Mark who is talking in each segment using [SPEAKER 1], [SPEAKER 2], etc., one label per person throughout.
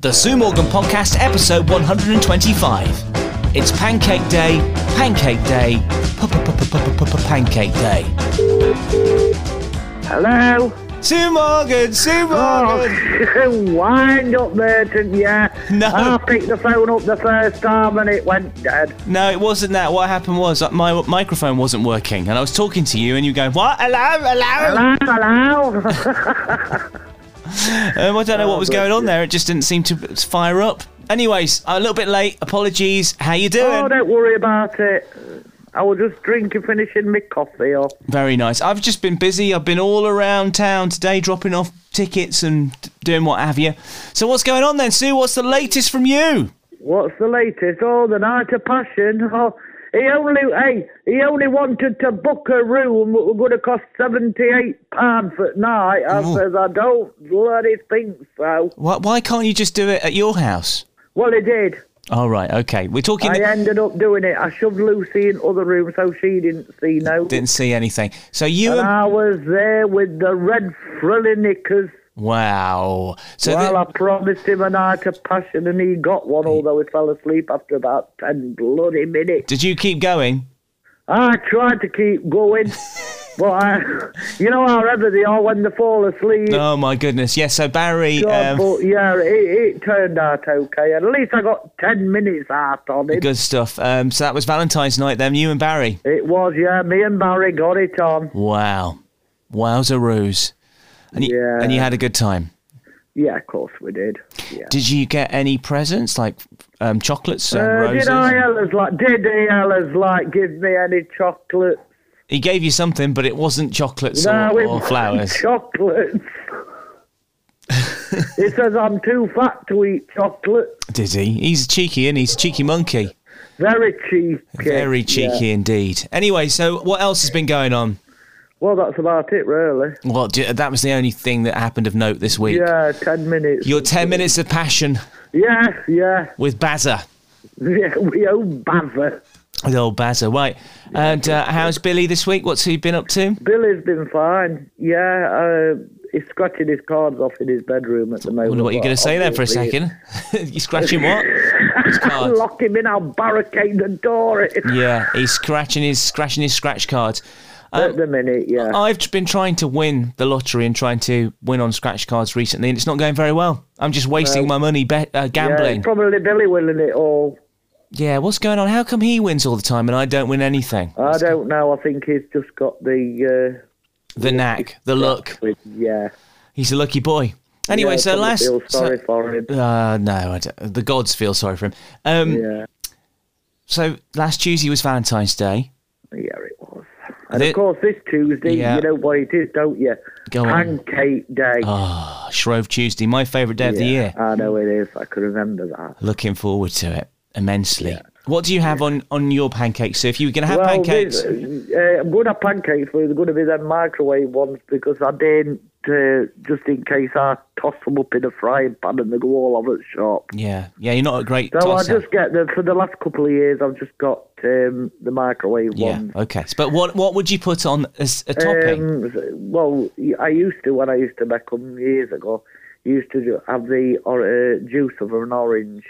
[SPEAKER 1] The Sue Morgan Podcast, episode 125. It's Pancake Day, Pancake Day, Pancake Day.
[SPEAKER 2] Hello?
[SPEAKER 1] Sue Morgan, Sue Morgan.
[SPEAKER 2] Oh, wind up, Merton, yeah.
[SPEAKER 1] No.
[SPEAKER 2] I picked the phone up the first time and it went dead.
[SPEAKER 1] No, it wasn't that. What happened was that my microphone wasn't working, and I was talking to you, and you were going, "What? Hello, hello."
[SPEAKER 2] Hello, hello?
[SPEAKER 1] Um, I don't know what was
[SPEAKER 2] Oh, bless
[SPEAKER 1] going on there. It just didn't seem to fire up. Anyways, I'm a little bit late. Apologies. How you doing?
[SPEAKER 2] oh, don't worry about it. I was just drinking, finishing my coffee off.
[SPEAKER 1] Very nice. I've just been busy. I've been all around town today, dropping off tickets and d- doing what have you. So, what's going on then, Sue? What's the latest from you?
[SPEAKER 2] What's the latest? Oh, the night of passion. Oh, he only, hey, he only wanted to book a room that were going to cost £78 for night. I
[SPEAKER 1] Ooh.
[SPEAKER 2] says, I don't bloody think so.
[SPEAKER 1] Why, why can't you just do it at your house?
[SPEAKER 2] Well, he did.
[SPEAKER 1] All right, okay. We're talking.
[SPEAKER 2] I ended up doing it. I shoved Lucy in other room so she didn't see no.
[SPEAKER 1] Didn't see anything. So you
[SPEAKER 2] And
[SPEAKER 1] and
[SPEAKER 2] I was there with the red frilly knickers.
[SPEAKER 1] wow. So
[SPEAKER 2] Well, I
[SPEAKER 1] the-
[SPEAKER 2] promised him a night of passion, and he got one, although he fell asleep after about 10 bloody minutes.
[SPEAKER 1] did you keep going?
[SPEAKER 2] I tried to keep going, but I, you know, however they are when they fall asleep.
[SPEAKER 1] Oh my goodness. Yes. so Barry.
[SPEAKER 2] God,
[SPEAKER 1] Um,
[SPEAKER 2] but yeah, it, it turned out okay. At least I got 10 minutes out on it.
[SPEAKER 1] good stuff. Um, so that was Valentine's night. Then you and Barry.
[SPEAKER 2] It was, yeah, me and Barry got it on.
[SPEAKER 1] Wow. Wowzaroos. And you,
[SPEAKER 2] Yeah.
[SPEAKER 1] and you had a good time.
[SPEAKER 2] Yeah, of course we did. Yeah.
[SPEAKER 1] Did you get any presents like um, chocolates and
[SPEAKER 2] Uh,
[SPEAKER 1] roses?
[SPEAKER 2] did I Ella's like did he Ella's like give me any chocolate?
[SPEAKER 1] He gave you something, but it wasn't chocolates or,
[SPEAKER 2] it
[SPEAKER 1] or
[SPEAKER 2] wasn't
[SPEAKER 1] flowers.
[SPEAKER 2] Chocolates. he says I'm too fat to eat chocolate.
[SPEAKER 1] Did he? He's cheeky, and he's a cheeky monkey.
[SPEAKER 2] Very cheeky.
[SPEAKER 1] Very
[SPEAKER 2] yeah.
[SPEAKER 1] cheeky indeed. Anyway, so what else has been going on?
[SPEAKER 2] Well, that's about it, really.
[SPEAKER 1] Well, d- that was the only thing that happened of note this week.
[SPEAKER 2] Yeah, ten minutes.
[SPEAKER 1] Your ten minutes of passion
[SPEAKER 2] Yeah, yeah,
[SPEAKER 1] with Bazza,
[SPEAKER 2] yeah. We own bother.
[SPEAKER 1] with old Bazza, right? And uh, how's Billy this week? What's he been up to?
[SPEAKER 2] Billy's been fine. Yeah, uh, he's scratching his cards off in his bedroom at the moment.
[SPEAKER 1] I wonder what you're
[SPEAKER 2] but
[SPEAKER 1] going to say there for a
[SPEAKER 2] obviously
[SPEAKER 1] second. you scratching what? His
[SPEAKER 2] I'll
[SPEAKER 1] cards.
[SPEAKER 2] lock him in. I'll barricade the door. At
[SPEAKER 1] Yeah, he's scratching his scratching his scratch cards. Um,
[SPEAKER 2] the minute, yeah.
[SPEAKER 1] I've been trying to win the lottery and trying to win on scratch cards recently, and it's not going very well. I'm just wasting my money bet, uh,
[SPEAKER 2] Yeah,
[SPEAKER 1] gambling.
[SPEAKER 2] it's probably Billy willing it all.
[SPEAKER 1] Yeah, what's going on? How come he wins all the time and I don't win anything?
[SPEAKER 2] I don't know. I think he's just got the.
[SPEAKER 1] The knack, the
[SPEAKER 2] Uh,
[SPEAKER 1] look.
[SPEAKER 2] with- yeah.
[SPEAKER 1] He's a lucky boy. Anyway,
[SPEAKER 2] Yeah,
[SPEAKER 1] so
[SPEAKER 2] probably
[SPEAKER 1] last.
[SPEAKER 2] Feel
[SPEAKER 1] so-
[SPEAKER 2] sorry for him.
[SPEAKER 1] uh, no, I don't- the gods feel sorry for him. Um,
[SPEAKER 2] Yeah.
[SPEAKER 1] So last Tuesday was Valentine's Day.
[SPEAKER 2] Yeah, it was. And
[SPEAKER 1] The-
[SPEAKER 2] of course, this Tuesday,
[SPEAKER 1] Yeah.
[SPEAKER 2] you know what it is, don't you?
[SPEAKER 1] Go on.
[SPEAKER 2] Pancake Day.
[SPEAKER 1] Oh, Shrove Tuesday, my favourite day of
[SPEAKER 2] yeah,
[SPEAKER 1] the year.
[SPEAKER 2] I know it is. I can remember that.
[SPEAKER 1] Looking forward to it immensely. What do you have on, on your pancakes? So if you were going to have
[SPEAKER 2] well,
[SPEAKER 1] pancakes,
[SPEAKER 2] this- uh, I'm going to have pancakes, but they're going to be them microwave ones because I didn't, uh, just in case I toss them up in a frying pan and they go all over the shop.
[SPEAKER 1] yeah, yeah, you're not a great
[SPEAKER 2] So I
[SPEAKER 1] tosser.
[SPEAKER 2] just get the for the last couple of years. I've just got um, the microwave
[SPEAKER 1] Yeah.
[SPEAKER 2] one.
[SPEAKER 1] Okay. But what what would you put on as a topping?
[SPEAKER 2] Um, well, I used to when I used to make them years ago. Used to ju- have the or, uh, juice of an orange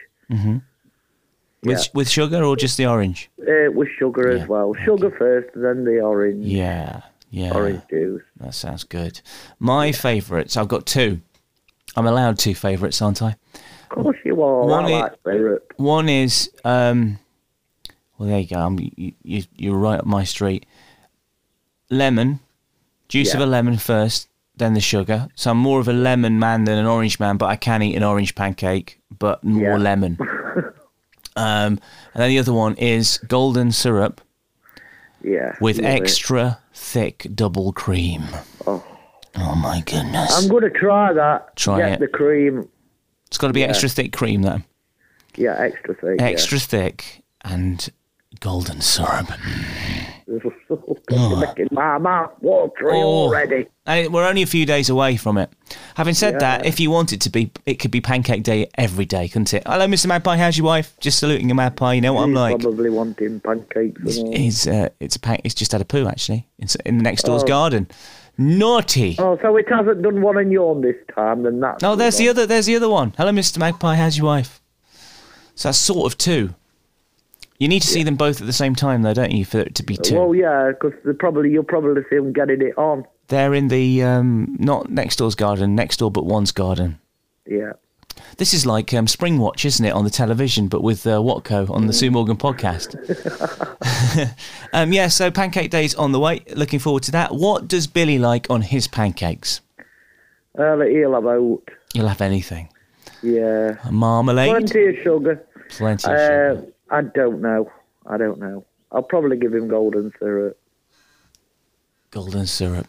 [SPEAKER 1] With with sugar or just the orange?
[SPEAKER 2] uh, with sugar as well. Sugar first, then the orange
[SPEAKER 1] Yeah. Yeah.
[SPEAKER 2] orange juice.
[SPEAKER 1] That sounds good. My favourites. I've got two. I'm allowed two favourites, aren't I?
[SPEAKER 2] Of course you are.
[SPEAKER 1] One
[SPEAKER 2] I
[SPEAKER 1] i-
[SPEAKER 2] like syrup.
[SPEAKER 1] One is um, well, there you go. I'm, you, you you're right up my street. Lemon, juice of
[SPEAKER 2] Yeah.
[SPEAKER 1] a lemon first, then the sugar. So I'm more of a lemon man than an orange man, but I can eat an orange pancake, but more
[SPEAKER 2] Yeah.
[SPEAKER 1] lemon. um, and then the other one is golden syrup.
[SPEAKER 2] Yeah,
[SPEAKER 1] with
[SPEAKER 2] love it.
[SPEAKER 1] extra thick double cream.
[SPEAKER 2] Oh.
[SPEAKER 1] Oh my goodness.
[SPEAKER 2] I'm going to try that.
[SPEAKER 1] Try
[SPEAKER 2] Get
[SPEAKER 1] it.
[SPEAKER 2] the cream.
[SPEAKER 1] it's got to be extra thick cream though.
[SPEAKER 2] Yeah, extra thing.
[SPEAKER 1] Extra thick and golden syrup.
[SPEAKER 2] Yeah. You're making my mouth watery
[SPEAKER 1] Oh.
[SPEAKER 2] already.
[SPEAKER 1] And it- we're only a few days away from it. Having said that, if you want it to be, it could be Pancake Day every day, couldn't it? Hello, Mr. Magpie. How's your wife? Just saluting a magpie. You know what I'm
[SPEAKER 2] He's
[SPEAKER 1] like.
[SPEAKER 2] Mm, probably wanting pancakes. and all.
[SPEAKER 1] He's uh, it's a pan- he's just had a poo actually. It's in the next door's
[SPEAKER 2] Oh.
[SPEAKER 1] garden. Naughty.
[SPEAKER 2] Oh, so it hasn't done one in yawn this time, then that's.
[SPEAKER 1] Oh, there's the other. There's the other one. Hello, Mr. Magpie. How's your wife? So that's sort of two. You need to see them both at the same time, though, don't you, for it to be two?
[SPEAKER 2] Uh, Well, yeah, because probably you'll probably see them getting it on.
[SPEAKER 1] They're in the um, not next door's garden, next door but one's garden.
[SPEAKER 2] Yeah.
[SPEAKER 1] This is like um, Spring Watch, isn't it, on the television, but with uh, Watco on the Sue Morgan podcast. um, yeah, so Pancake Day's on the way. Looking forward to that. What does Billy like on his pancakes?
[SPEAKER 2] Uh, he'll have oat.
[SPEAKER 1] You'll have anything.
[SPEAKER 2] Yeah.
[SPEAKER 1] A marmalade, plenty,
[SPEAKER 2] Plenty of sugar.
[SPEAKER 1] of
[SPEAKER 2] Uh,
[SPEAKER 1] sugar.
[SPEAKER 2] I don't know. I don't know. I'll probably give him golden syrup.
[SPEAKER 1] golden syrup.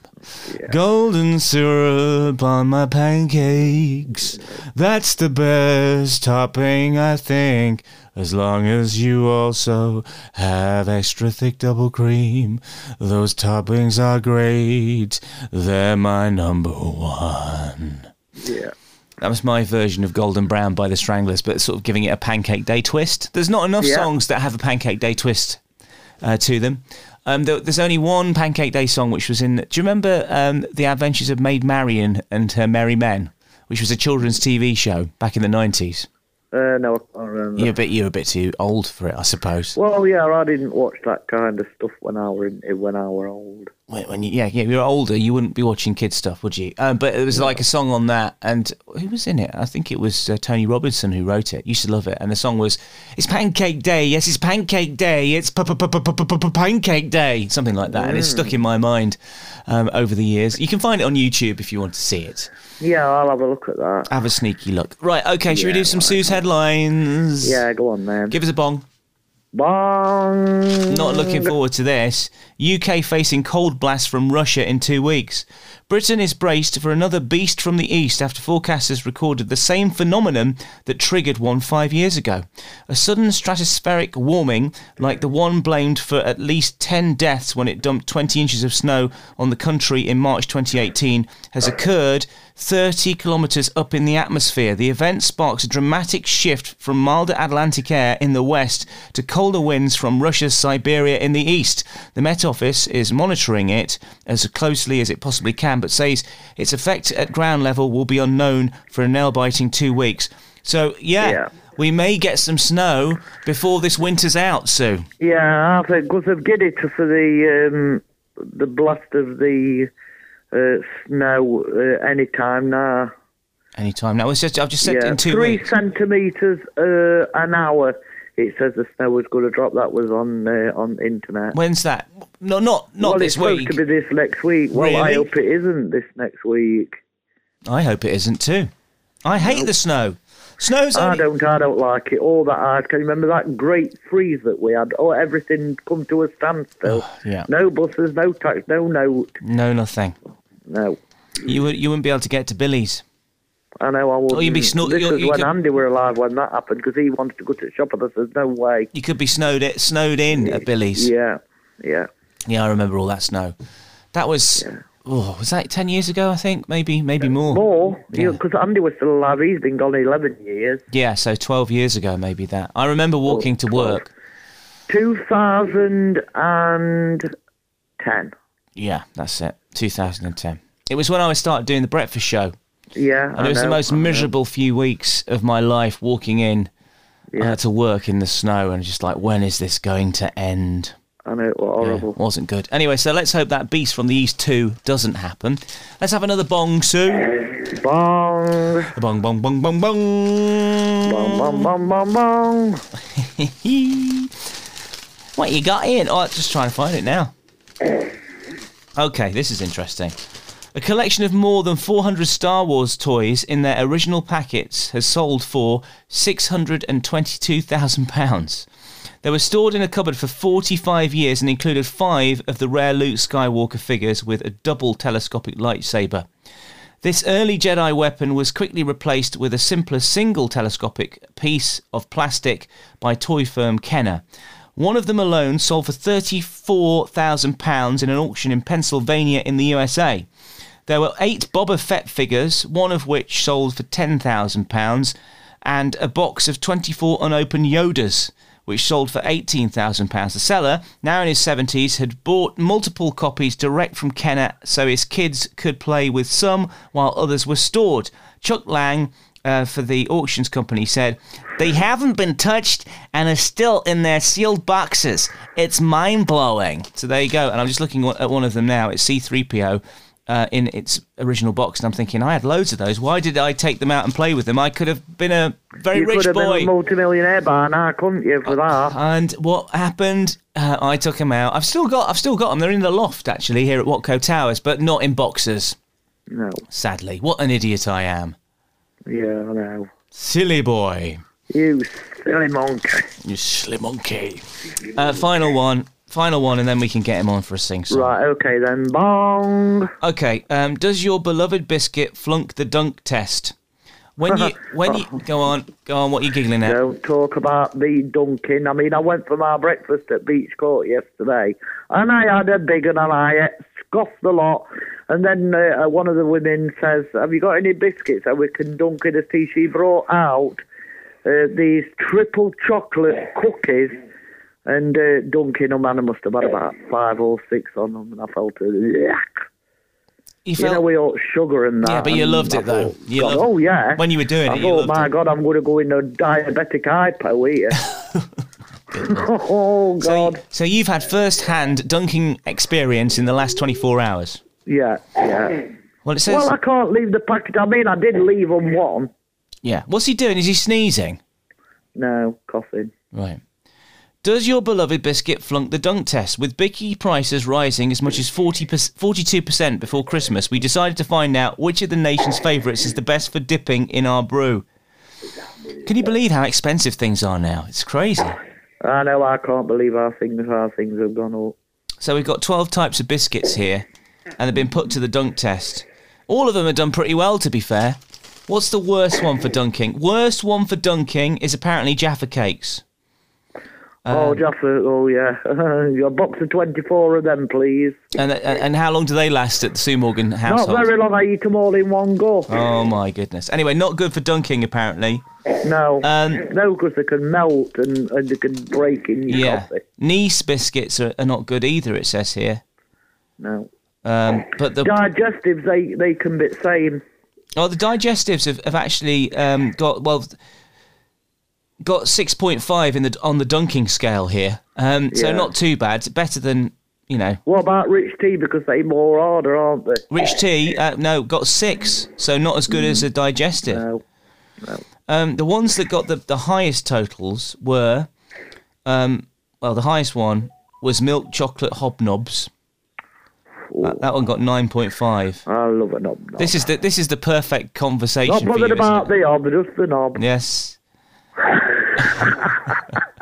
[SPEAKER 1] Golden syrup on my pancakes. That's the best topping, I think. As long as you also have extra thick double cream. Those toppings are great. They're my number one.
[SPEAKER 2] Yeah.
[SPEAKER 1] That was my version of Golden Brown by the Stranglers, but sort of giving it a Pancake Day twist. There's not enough
[SPEAKER 2] Yeah.
[SPEAKER 1] songs that have a Pancake Day twist uh, to them. Um, there, there's only one Pancake Day song which was in. Do you remember um, The Adventures of Maid Marian and Her Merry Men, which was a children's TV show back in the 90s?
[SPEAKER 2] Uh, no, I can't remember.
[SPEAKER 1] You're a bit, you're a bit too old for it, I suppose.
[SPEAKER 2] Well, yeah, I didn't watch that kind of stuff when I were in, when I were old.
[SPEAKER 1] When, when you, yeah, yeah, if you're older, you wouldn't be watching kids stuff, would you? Um, but it was like a song on that, and who was in it? I think it was uh, Tony Robinson who wrote it. Used to love it, and the song was "It's Pancake Day, yes, it's Pancake Day, it's pa- pa- pa- pa- pa- pa- pa- Pancake Day," something like that, and
[SPEAKER 2] Mm.
[SPEAKER 1] it's stuck in my mind um, over the years. You can find it on YouTube if you want to see it.
[SPEAKER 2] Yeah, I'll have a look at that.
[SPEAKER 1] Have a sneaky look. Right, okay, should we
[SPEAKER 2] Yeah,
[SPEAKER 1] do some Sue's headlines?
[SPEAKER 2] Yeah, go on then.
[SPEAKER 1] Give us a bong.
[SPEAKER 2] Bong.
[SPEAKER 1] Not looking forward to this. UK facing cold blast from Russia in two weeks. Britain is braced for another beast from the east after forecasters recorded the same phenomenon that triggered one five years ago. A sudden stratospheric warming, like the one blamed for at least 10 deaths when it dumped 20 inches of snow on the country in March 2018, has occurred 30 kilometres up in the atmosphere. The event sparks a dramatic shift from milder Atlantic air in the west to colder winds from Russia's Siberia in the east. The Met Office is monitoring it as closely as it possibly can, but says its effect at ground level will be unknown for a nail biting two weeks. So, yeah,
[SPEAKER 2] Yeah.
[SPEAKER 1] we may get some snow before this winter's out, Sue.
[SPEAKER 2] Yeah, I think because they've get it for the um, the blast of the uh, snow uh, any time now.
[SPEAKER 1] Anytime now. It's just, I've just said
[SPEAKER 2] Yeah,
[SPEAKER 1] in two
[SPEAKER 2] three
[SPEAKER 1] weeks.
[SPEAKER 2] centimeters uh, an hour. It says the snow was going to drop. That was on uh, on internet.
[SPEAKER 1] When's that? No, not not
[SPEAKER 2] well,
[SPEAKER 1] this
[SPEAKER 2] it's supposed
[SPEAKER 1] week.
[SPEAKER 2] to be this next week. Well, I
[SPEAKER 1] Really?
[SPEAKER 2] hope it isn't this next week.
[SPEAKER 1] I hope it isn't too. I hate the snow. Snow's
[SPEAKER 2] I
[SPEAKER 1] only,
[SPEAKER 2] don't, I don't like it all that hard. Can you remember that great freeze that we had? Oh, everything come to a standstill.
[SPEAKER 1] Oh, yeah.
[SPEAKER 2] No buses, no tax, no note,
[SPEAKER 1] no nothing.
[SPEAKER 2] no.
[SPEAKER 1] You would you wouldn't be able to get to Billy's.
[SPEAKER 2] I know I would.
[SPEAKER 1] Oh, you'd be snort-
[SPEAKER 2] This
[SPEAKER 1] you-
[SPEAKER 2] was
[SPEAKER 1] you
[SPEAKER 2] when
[SPEAKER 1] could-
[SPEAKER 2] Andy were alive when that happened because he wanted to go to the shop and I said, no way.
[SPEAKER 1] You could be snowed it snowed in at Billy's. Yeah.
[SPEAKER 2] Yeah, yeah.
[SPEAKER 1] I remember all that snow. That was oh, was that ten years ago? I think maybe maybe more.
[SPEAKER 2] More, because Andy was still alive. He's been gone 11 years.
[SPEAKER 1] Yeah, so twelve years ago maybe that. I remember
[SPEAKER 2] Oh,
[SPEAKER 1] walking to
[SPEAKER 2] 12.
[SPEAKER 1] work.
[SPEAKER 2] 2010.
[SPEAKER 1] Yeah, that's it. Two thousand and ten. It was when I started doing the breakfast show.
[SPEAKER 2] Yeah,
[SPEAKER 1] And
[SPEAKER 2] I
[SPEAKER 1] it was the
[SPEAKER 2] know,
[SPEAKER 1] most
[SPEAKER 2] I know.
[SPEAKER 1] miserable few weeks of my life walking in
[SPEAKER 2] Yeah.
[SPEAKER 1] uh, to work in the snow and just like, when is this going to end?
[SPEAKER 2] I know, it was
[SPEAKER 1] Yeah,
[SPEAKER 2] horrible.
[SPEAKER 1] wasn't good. Anyway, so let's hope that beast from the east too doesn't happen. Let's have another bong, Sue.
[SPEAKER 2] Bong,
[SPEAKER 1] Bong, bong, bong, bong, bong.
[SPEAKER 2] bong, bong, bong, bong, bong.
[SPEAKER 1] what you got in? Oh, just trying to find it now. Okay, this is interesting. A collection of more than 400 Star Wars toys in their original packets has sold for £622,000. They were stored in a cupboard for 45 years and included five of the rare Luke Skywalker figures with a double telescopic lightsaber. This early Jedi weapon was quickly replaced with a simpler single telescopic piece of plastic by toy firm Kenner. One of them alone sold for £34,000 in an auction in Pennsylvania in the USA. There were eight Boba Fett figures, one of which sold for £10,000, and a box of 24 unopened Yodas, which sold for £18,000. The seller, now in his 70s, had bought multiple copies direct from Kenner so his kids could play with some while others were stored. Chuck Lang uh, for the auctions company said, They haven't been touched and are still in their sealed boxes. It's mind blowing. So there you go. And I'm just looking wa- at one of them now. It's C3PO. Uh, in its original box, and I'm thinking, I had loads of those. Why did I take them out and play with them? I could have been a very
[SPEAKER 2] You
[SPEAKER 1] rich
[SPEAKER 2] could have
[SPEAKER 1] boy. Ah.
[SPEAKER 2] been a multimillionaire by now, couldn't you, for that?
[SPEAKER 1] And what happened? Uh, I took them out. I've still got, I've still got them. They're in the loft actually here at Watco Towers, but not in boxes.
[SPEAKER 2] No.
[SPEAKER 1] Sadly, what an idiot I am!
[SPEAKER 2] Yeah, I know.
[SPEAKER 1] Silly boy,
[SPEAKER 2] You silly monkey.
[SPEAKER 1] you silly monkey. Uh, final one, final one, and then we can get him on for a sing song.
[SPEAKER 2] Right, okay then. Bong.
[SPEAKER 1] Okay. Um, does your beloved biscuit flunk the dunk test? When you, when you, go on, go on. What are you giggling at?
[SPEAKER 2] Don't talk about me dunking. I mean, I went for my breakfast at Beach Court yesterday, and I had a big one, and I ate, scoffed the lot. And then uh, one of the women says, "Have you got any biscuits that we can dunk in a tea?" She brought out uh, these triple chocolate cookies. And uh, dunking them, and I must have had about five or six on them, and I felt a yuck.
[SPEAKER 1] You
[SPEAKER 2] You know,
[SPEAKER 1] felt
[SPEAKER 2] we all sugar and that.
[SPEAKER 1] Yeah, but you
[SPEAKER 2] and
[SPEAKER 1] loved
[SPEAKER 2] I
[SPEAKER 1] it, though.
[SPEAKER 2] thought,
[SPEAKER 1] You
[SPEAKER 2] God,
[SPEAKER 1] loved-
[SPEAKER 2] oh yeah.
[SPEAKER 1] when you were doing
[SPEAKER 2] I
[SPEAKER 1] it, you
[SPEAKER 2] thought,
[SPEAKER 1] loved
[SPEAKER 2] Oh my
[SPEAKER 1] it.
[SPEAKER 2] God, I'm going to go into a diabetic hypo here. oh
[SPEAKER 1] so,
[SPEAKER 2] God.
[SPEAKER 1] you- so you've had first-hand dunking experience in the last 24 hours.
[SPEAKER 2] yeah, yeah.
[SPEAKER 1] Well, it says.
[SPEAKER 2] Well, I can't leave the packet. I mean, I did leave them one.
[SPEAKER 1] Yeah. What's he doing? Is he sneezing?
[SPEAKER 2] No, coughing.
[SPEAKER 1] Right. Does your beloved biscuit flunk the dunk test? With Bicky prices rising as much as 40 42% before Christmas, we decided to find out which of the nation's favourites is the best for dipping in our brew. Can you believe how expensive things are now? It's crazy.
[SPEAKER 2] I know. I can't believe how things how things have gone up.
[SPEAKER 1] So we've got 12 types of biscuits here, and they've been put to the dunk test. All of them have done pretty well, to be fair. What's the worst one for dunking? Worst one for dunking is apparently Jaffa Cakes. Um,
[SPEAKER 2] oh, Jaffa. Oh yeah. Your box of twenty-four of them, please.
[SPEAKER 1] And, uh, and, and how long do they last at the Sue Morgan
[SPEAKER 2] Not
[SPEAKER 1] household?
[SPEAKER 2] very long. I eat them all in one go.
[SPEAKER 1] Oh my goodness. Anyway, not good for dunking apparently.
[SPEAKER 2] no.
[SPEAKER 1] Um,
[SPEAKER 2] no, because they can melt and, and they can break in your
[SPEAKER 1] yeah.
[SPEAKER 2] coffee.
[SPEAKER 1] Nice biscuits are, are not good either. It says here.
[SPEAKER 2] No.
[SPEAKER 1] Um, but the
[SPEAKER 2] Digestives, they, they can be the same.
[SPEAKER 1] oh, the digestives have, have actually um, got well got six point five in the on the dunking scale here. Um, so
[SPEAKER 2] Yeah.
[SPEAKER 1] not too bad. Better than you know.
[SPEAKER 2] What about rich tea? Because they more harder, aren't they?
[SPEAKER 1] Rich tea, uh, no, got six, so not as good as a digestive.
[SPEAKER 2] No.
[SPEAKER 1] Um, the ones that got the, the highest totals were, um, well, the highest one was milk chocolate hobnobs. That, that one got nine point five.
[SPEAKER 2] I love a knob. knob.
[SPEAKER 1] This is the this is the perfect conversation.
[SPEAKER 2] Not
[SPEAKER 1] for
[SPEAKER 2] bothered
[SPEAKER 1] you, isn't
[SPEAKER 2] about
[SPEAKER 1] it?
[SPEAKER 2] the knob, just the knob.
[SPEAKER 1] Yes.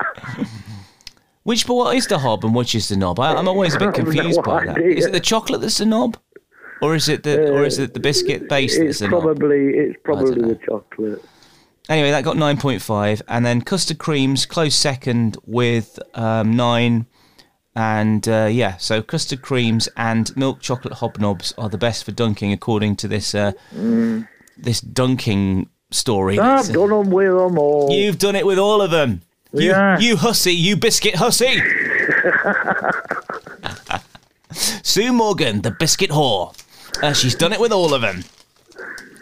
[SPEAKER 1] which, but what is the hob and which is the knob? I, I'm always a bit
[SPEAKER 2] I have no
[SPEAKER 1] confused by that.
[SPEAKER 2] idea.
[SPEAKER 1] Is it the chocolate that's the knob, or is it the or is it the biscuit base that's
[SPEAKER 2] It's
[SPEAKER 1] the knob?
[SPEAKER 2] probably it's probably
[SPEAKER 1] know.
[SPEAKER 2] the chocolate.
[SPEAKER 1] Anyway, that got 9.5. And then custard creams, close second with um, 9. And uh, yeah, so custard creams and milk chocolate hobnobs are the best for dunking, according to this uh, this dunking story. uh,
[SPEAKER 2] I've done them with them all.
[SPEAKER 1] You've done it with all of them. You,
[SPEAKER 2] Yeah.
[SPEAKER 1] you hussy, you biscuit hussy. Sue Morgan, the biscuit whore. Uh, she's done it with all of them.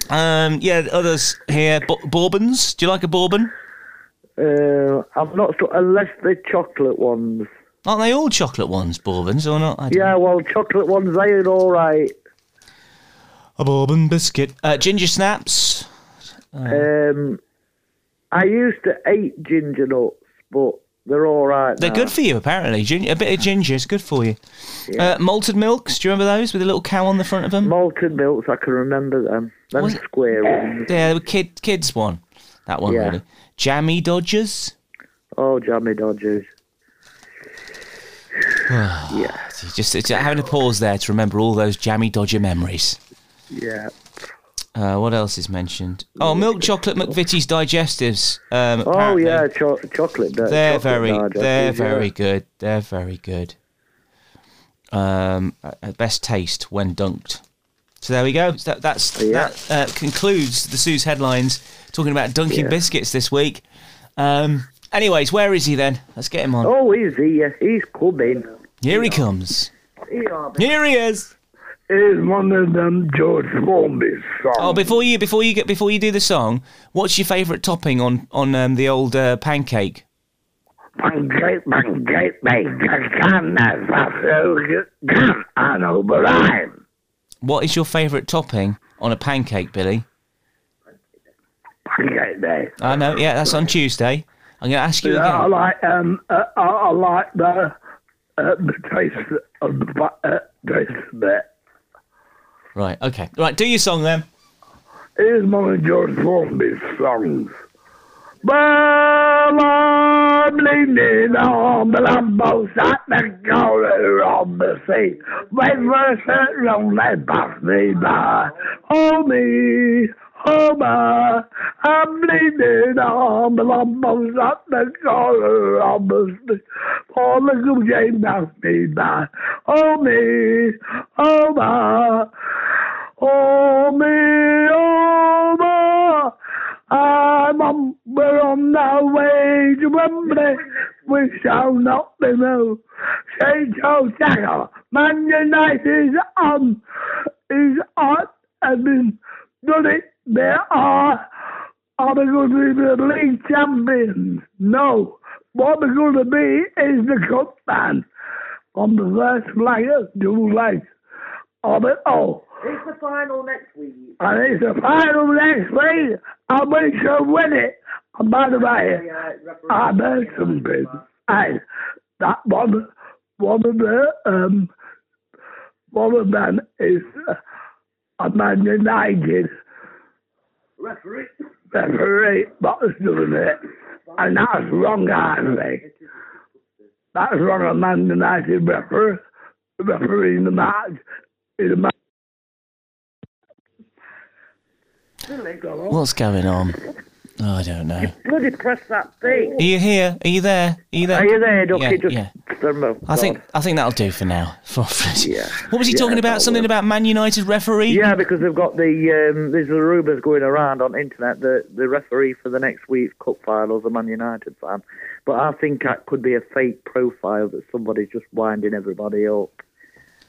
[SPEAKER 1] Um, yeah, others here. Bo- bourbons. Do you like a bourbon?
[SPEAKER 2] Uh, I'm not sure, unless they're chocolate ones.
[SPEAKER 1] Aren't they all chocolate ones, bourbons, or not? I don't-
[SPEAKER 2] Yeah, well, chocolate ones, they're all right.
[SPEAKER 1] A bourbon biscuit. Uh, ginger snaps.
[SPEAKER 2] Um, I used to eat ginger nuts, but they're all right.
[SPEAKER 1] They're
[SPEAKER 2] now.
[SPEAKER 1] good for you, apparently. Gin- a bit of ginger is good for you. Uh, malted milks. Do you remember those with a little cow on the front of them?
[SPEAKER 2] Malted milks, I can remember them. Them
[SPEAKER 1] Was it-
[SPEAKER 2] square ones.
[SPEAKER 1] Yeah, the kid kids one. That one
[SPEAKER 2] Yeah.
[SPEAKER 1] really. Jammy Dodgers.
[SPEAKER 2] Oh, jammy dodgers.
[SPEAKER 1] It's Just, it's uh, having a pause there to remember all those jammy Dodger memories.
[SPEAKER 2] Yeah.
[SPEAKER 1] Uh, what else is mentioned? Oh, milk chocolate McVitie's digestives. Um,
[SPEAKER 2] Oh
[SPEAKER 1] apparently.
[SPEAKER 2] yeah, cho- chocolate. di-
[SPEAKER 1] they're
[SPEAKER 2] chocolate
[SPEAKER 1] very,
[SPEAKER 2] digestives,
[SPEAKER 1] they're
[SPEAKER 2] yeah.
[SPEAKER 1] very good. They're very good. Um, uh, uh, best taste when dunked. So there we go. So That that's,
[SPEAKER 2] Yeah.
[SPEAKER 1] that uh, concludes the Sue's headlines talking about dunking biscuits this week. Um, Anyways, where is he then? Let's get him on.
[SPEAKER 2] Oh, he's here. He's coming.
[SPEAKER 1] Here he comes.
[SPEAKER 2] Here.
[SPEAKER 1] Here he is.
[SPEAKER 3] Here's one of them George Formby's songs.
[SPEAKER 1] Oh, before you before you get before you do the song, what's your favourite topping on on um, the old uh, pancake?
[SPEAKER 3] Pancake, pancake, make a can of sausage, can and over lime.
[SPEAKER 1] What is your favourite topping on a pancake, Billy?
[SPEAKER 3] Pancake day.
[SPEAKER 1] I know. Yeah, that's on Tuesday. I'm going to ask you
[SPEAKER 3] I
[SPEAKER 1] again.
[SPEAKER 3] like um, uh, I, I like the uh, the taste of the pa- uh, taste of it.
[SPEAKER 1] Right. Okay. Right. Do your song then.
[SPEAKER 3] Here's one of George Formby's songs. Well, I'm leaning on the lamppost at the corner of the sea. Wait for a certain long they pass me by. Oh, me, oh, my. I'm leaning on the lamppost at the corner of the sea. For the good Jane passed me by. Oh, me, oh, my. Oh me, oh my, I'm on, we're on our way to Wembley. We shall not be moved. St. Joe Tackle, Man United is on, is on, and been done it. They are, are they going to be the league champions? No. What they're going to be is the cup man on the first flag of July. Of it all.
[SPEAKER 2] It's the final next week.
[SPEAKER 3] And it's the final next week. I wish I win it. And by the way, I heard something. Hey, that one, one of the, um, one of them is uh, a Man United
[SPEAKER 2] Referee.
[SPEAKER 3] referee, but it's doing it. And that's wrong, I think. That's wrong, a Man United referee, referee in the match. In the match.
[SPEAKER 1] What's going on? Oh, I don't know.
[SPEAKER 2] Bloody press that thing.
[SPEAKER 1] Are you here? Are you there? Are you there?
[SPEAKER 2] Are you there, Ducky?
[SPEAKER 1] Yeah,
[SPEAKER 2] Just
[SPEAKER 1] yeah.
[SPEAKER 2] remote.
[SPEAKER 1] I think I think that'll do for now. For
[SPEAKER 2] Yeah.
[SPEAKER 1] What was he
[SPEAKER 2] Yeah,
[SPEAKER 1] talking about?
[SPEAKER 2] that
[SPEAKER 1] Something
[SPEAKER 2] will.
[SPEAKER 1] about Man United referee?
[SPEAKER 2] Yeah, because they've got the um, there's the rumours going around on the internet that the referee for the next week's cup finals a Man United fan, but I think that could be a fake profile that somebody's just winding everybody up.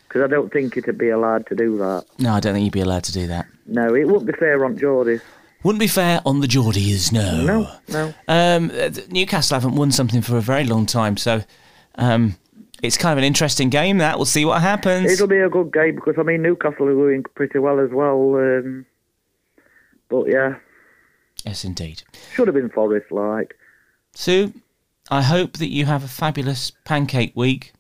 [SPEAKER 2] Because I don't think it'd be allowed to do that.
[SPEAKER 1] No, I don't think you'd be allowed to do that.
[SPEAKER 2] No, it wouldn't be fair on Geordie.
[SPEAKER 1] Wouldn't be fair on the Geordies, no.
[SPEAKER 2] No, no.
[SPEAKER 1] Um, uh, th- Newcastle haven't won something for a very long time, so um, it's kind of an interesting game. That we'll see what happens.
[SPEAKER 2] It'll be a good game because I mean Newcastle are doing pretty well as well. Um, but yeah,
[SPEAKER 1] Yes, indeed.
[SPEAKER 2] should have been Forest like.
[SPEAKER 1] Sue, I hope that you have a fabulous pancake week.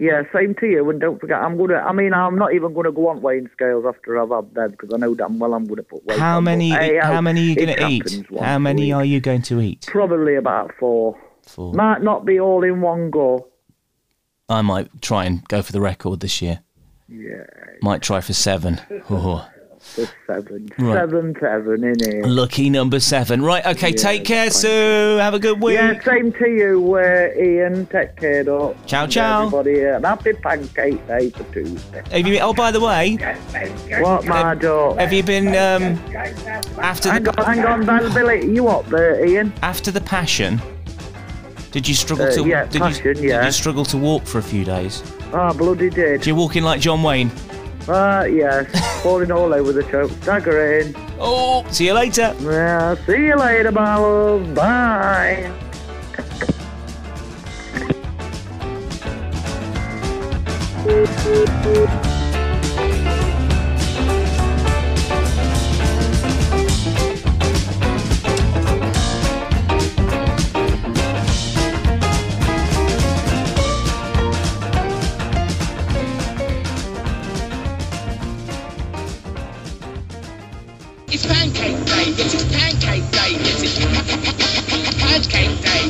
[SPEAKER 2] Yeah, same to you. And don't forget, I'm gonna. I mean, I'm not even gonna go on weighing scales after I've had them because I know damn well I'm gonna put weight.
[SPEAKER 1] How
[SPEAKER 2] on, but,
[SPEAKER 1] many?
[SPEAKER 2] hey,
[SPEAKER 1] how
[SPEAKER 2] oh,
[SPEAKER 1] many are you
[SPEAKER 2] it
[SPEAKER 1] going to eat?
[SPEAKER 2] happens once
[SPEAKER 1] How
[SPEAKER 2] a
[SPEAKER 1] many
[SPEAKER 2] week.
[SPEAKER 1] are you going to eat?
[SPEAKER 2] Probably about four.
[SPEAKER 1] For
[SPEAKER 2] Might not be all in one go.
[SPEAKER 1] I might try and go for the record this year.
[SPEAKER 2] Yeah,
[SPEAKER 1] Might try for seven. Oh.
[SPEAKER 2] there's seven,
[SPEAKER 1] Right.
[SPEAKER 2] seven, seven in here.
[SPEAKER 1] Lucky number seven. Right, okay, take care, Sue. Have a good week.
[SPEAKER 2] Yeah, same to you, uh, Ian. Take care, though.
[SPEAKER 1] Ciao,
[SPEAKER 2] And
[SPEAKER 1] ciao.
[SPEAKER 2] Everybody, uh, and happy Pancake Day for Tuesday.
[SPEAKER 1] Have you, oh, by the way,
[SPEAKER 2] What, my dog?
[SPEAKER 1] have you been um, after
[SPEAKER 2] Hang
[SPEAKER 1] the
[SPEAKER 2] on, hang on, Van Billy. You up there, Ian?
[SPEAKER 1] after the passion? Did you struggle
[SPEAKER 2] Uh,
[SPEAKER 1] to
[SPEAKER 2] yeah,
[SPEAKER 1] did, you,
[SPEAKER 2] passion,
[SPEAKER 1] did
[SPEAKER 2] yeah.
[SPEAKER 1] you struggle to walk for a few days?
[SPEAKER 2] Ah, bloody did.
[SPEAKER 1] Do you walk in like John Wayne?
[SPEAKER 2] Ah, yes. Falling all over the show. Staggering.
[SPEAKER 1] Oh, see you later.
[SPEAKER 2] Well, see you later, my love. Bye.
[SPEAKER 4] It's pancake day. Yes, it's pancake day. Yes, it's pa- pa- pa- pa- pa- pancake day.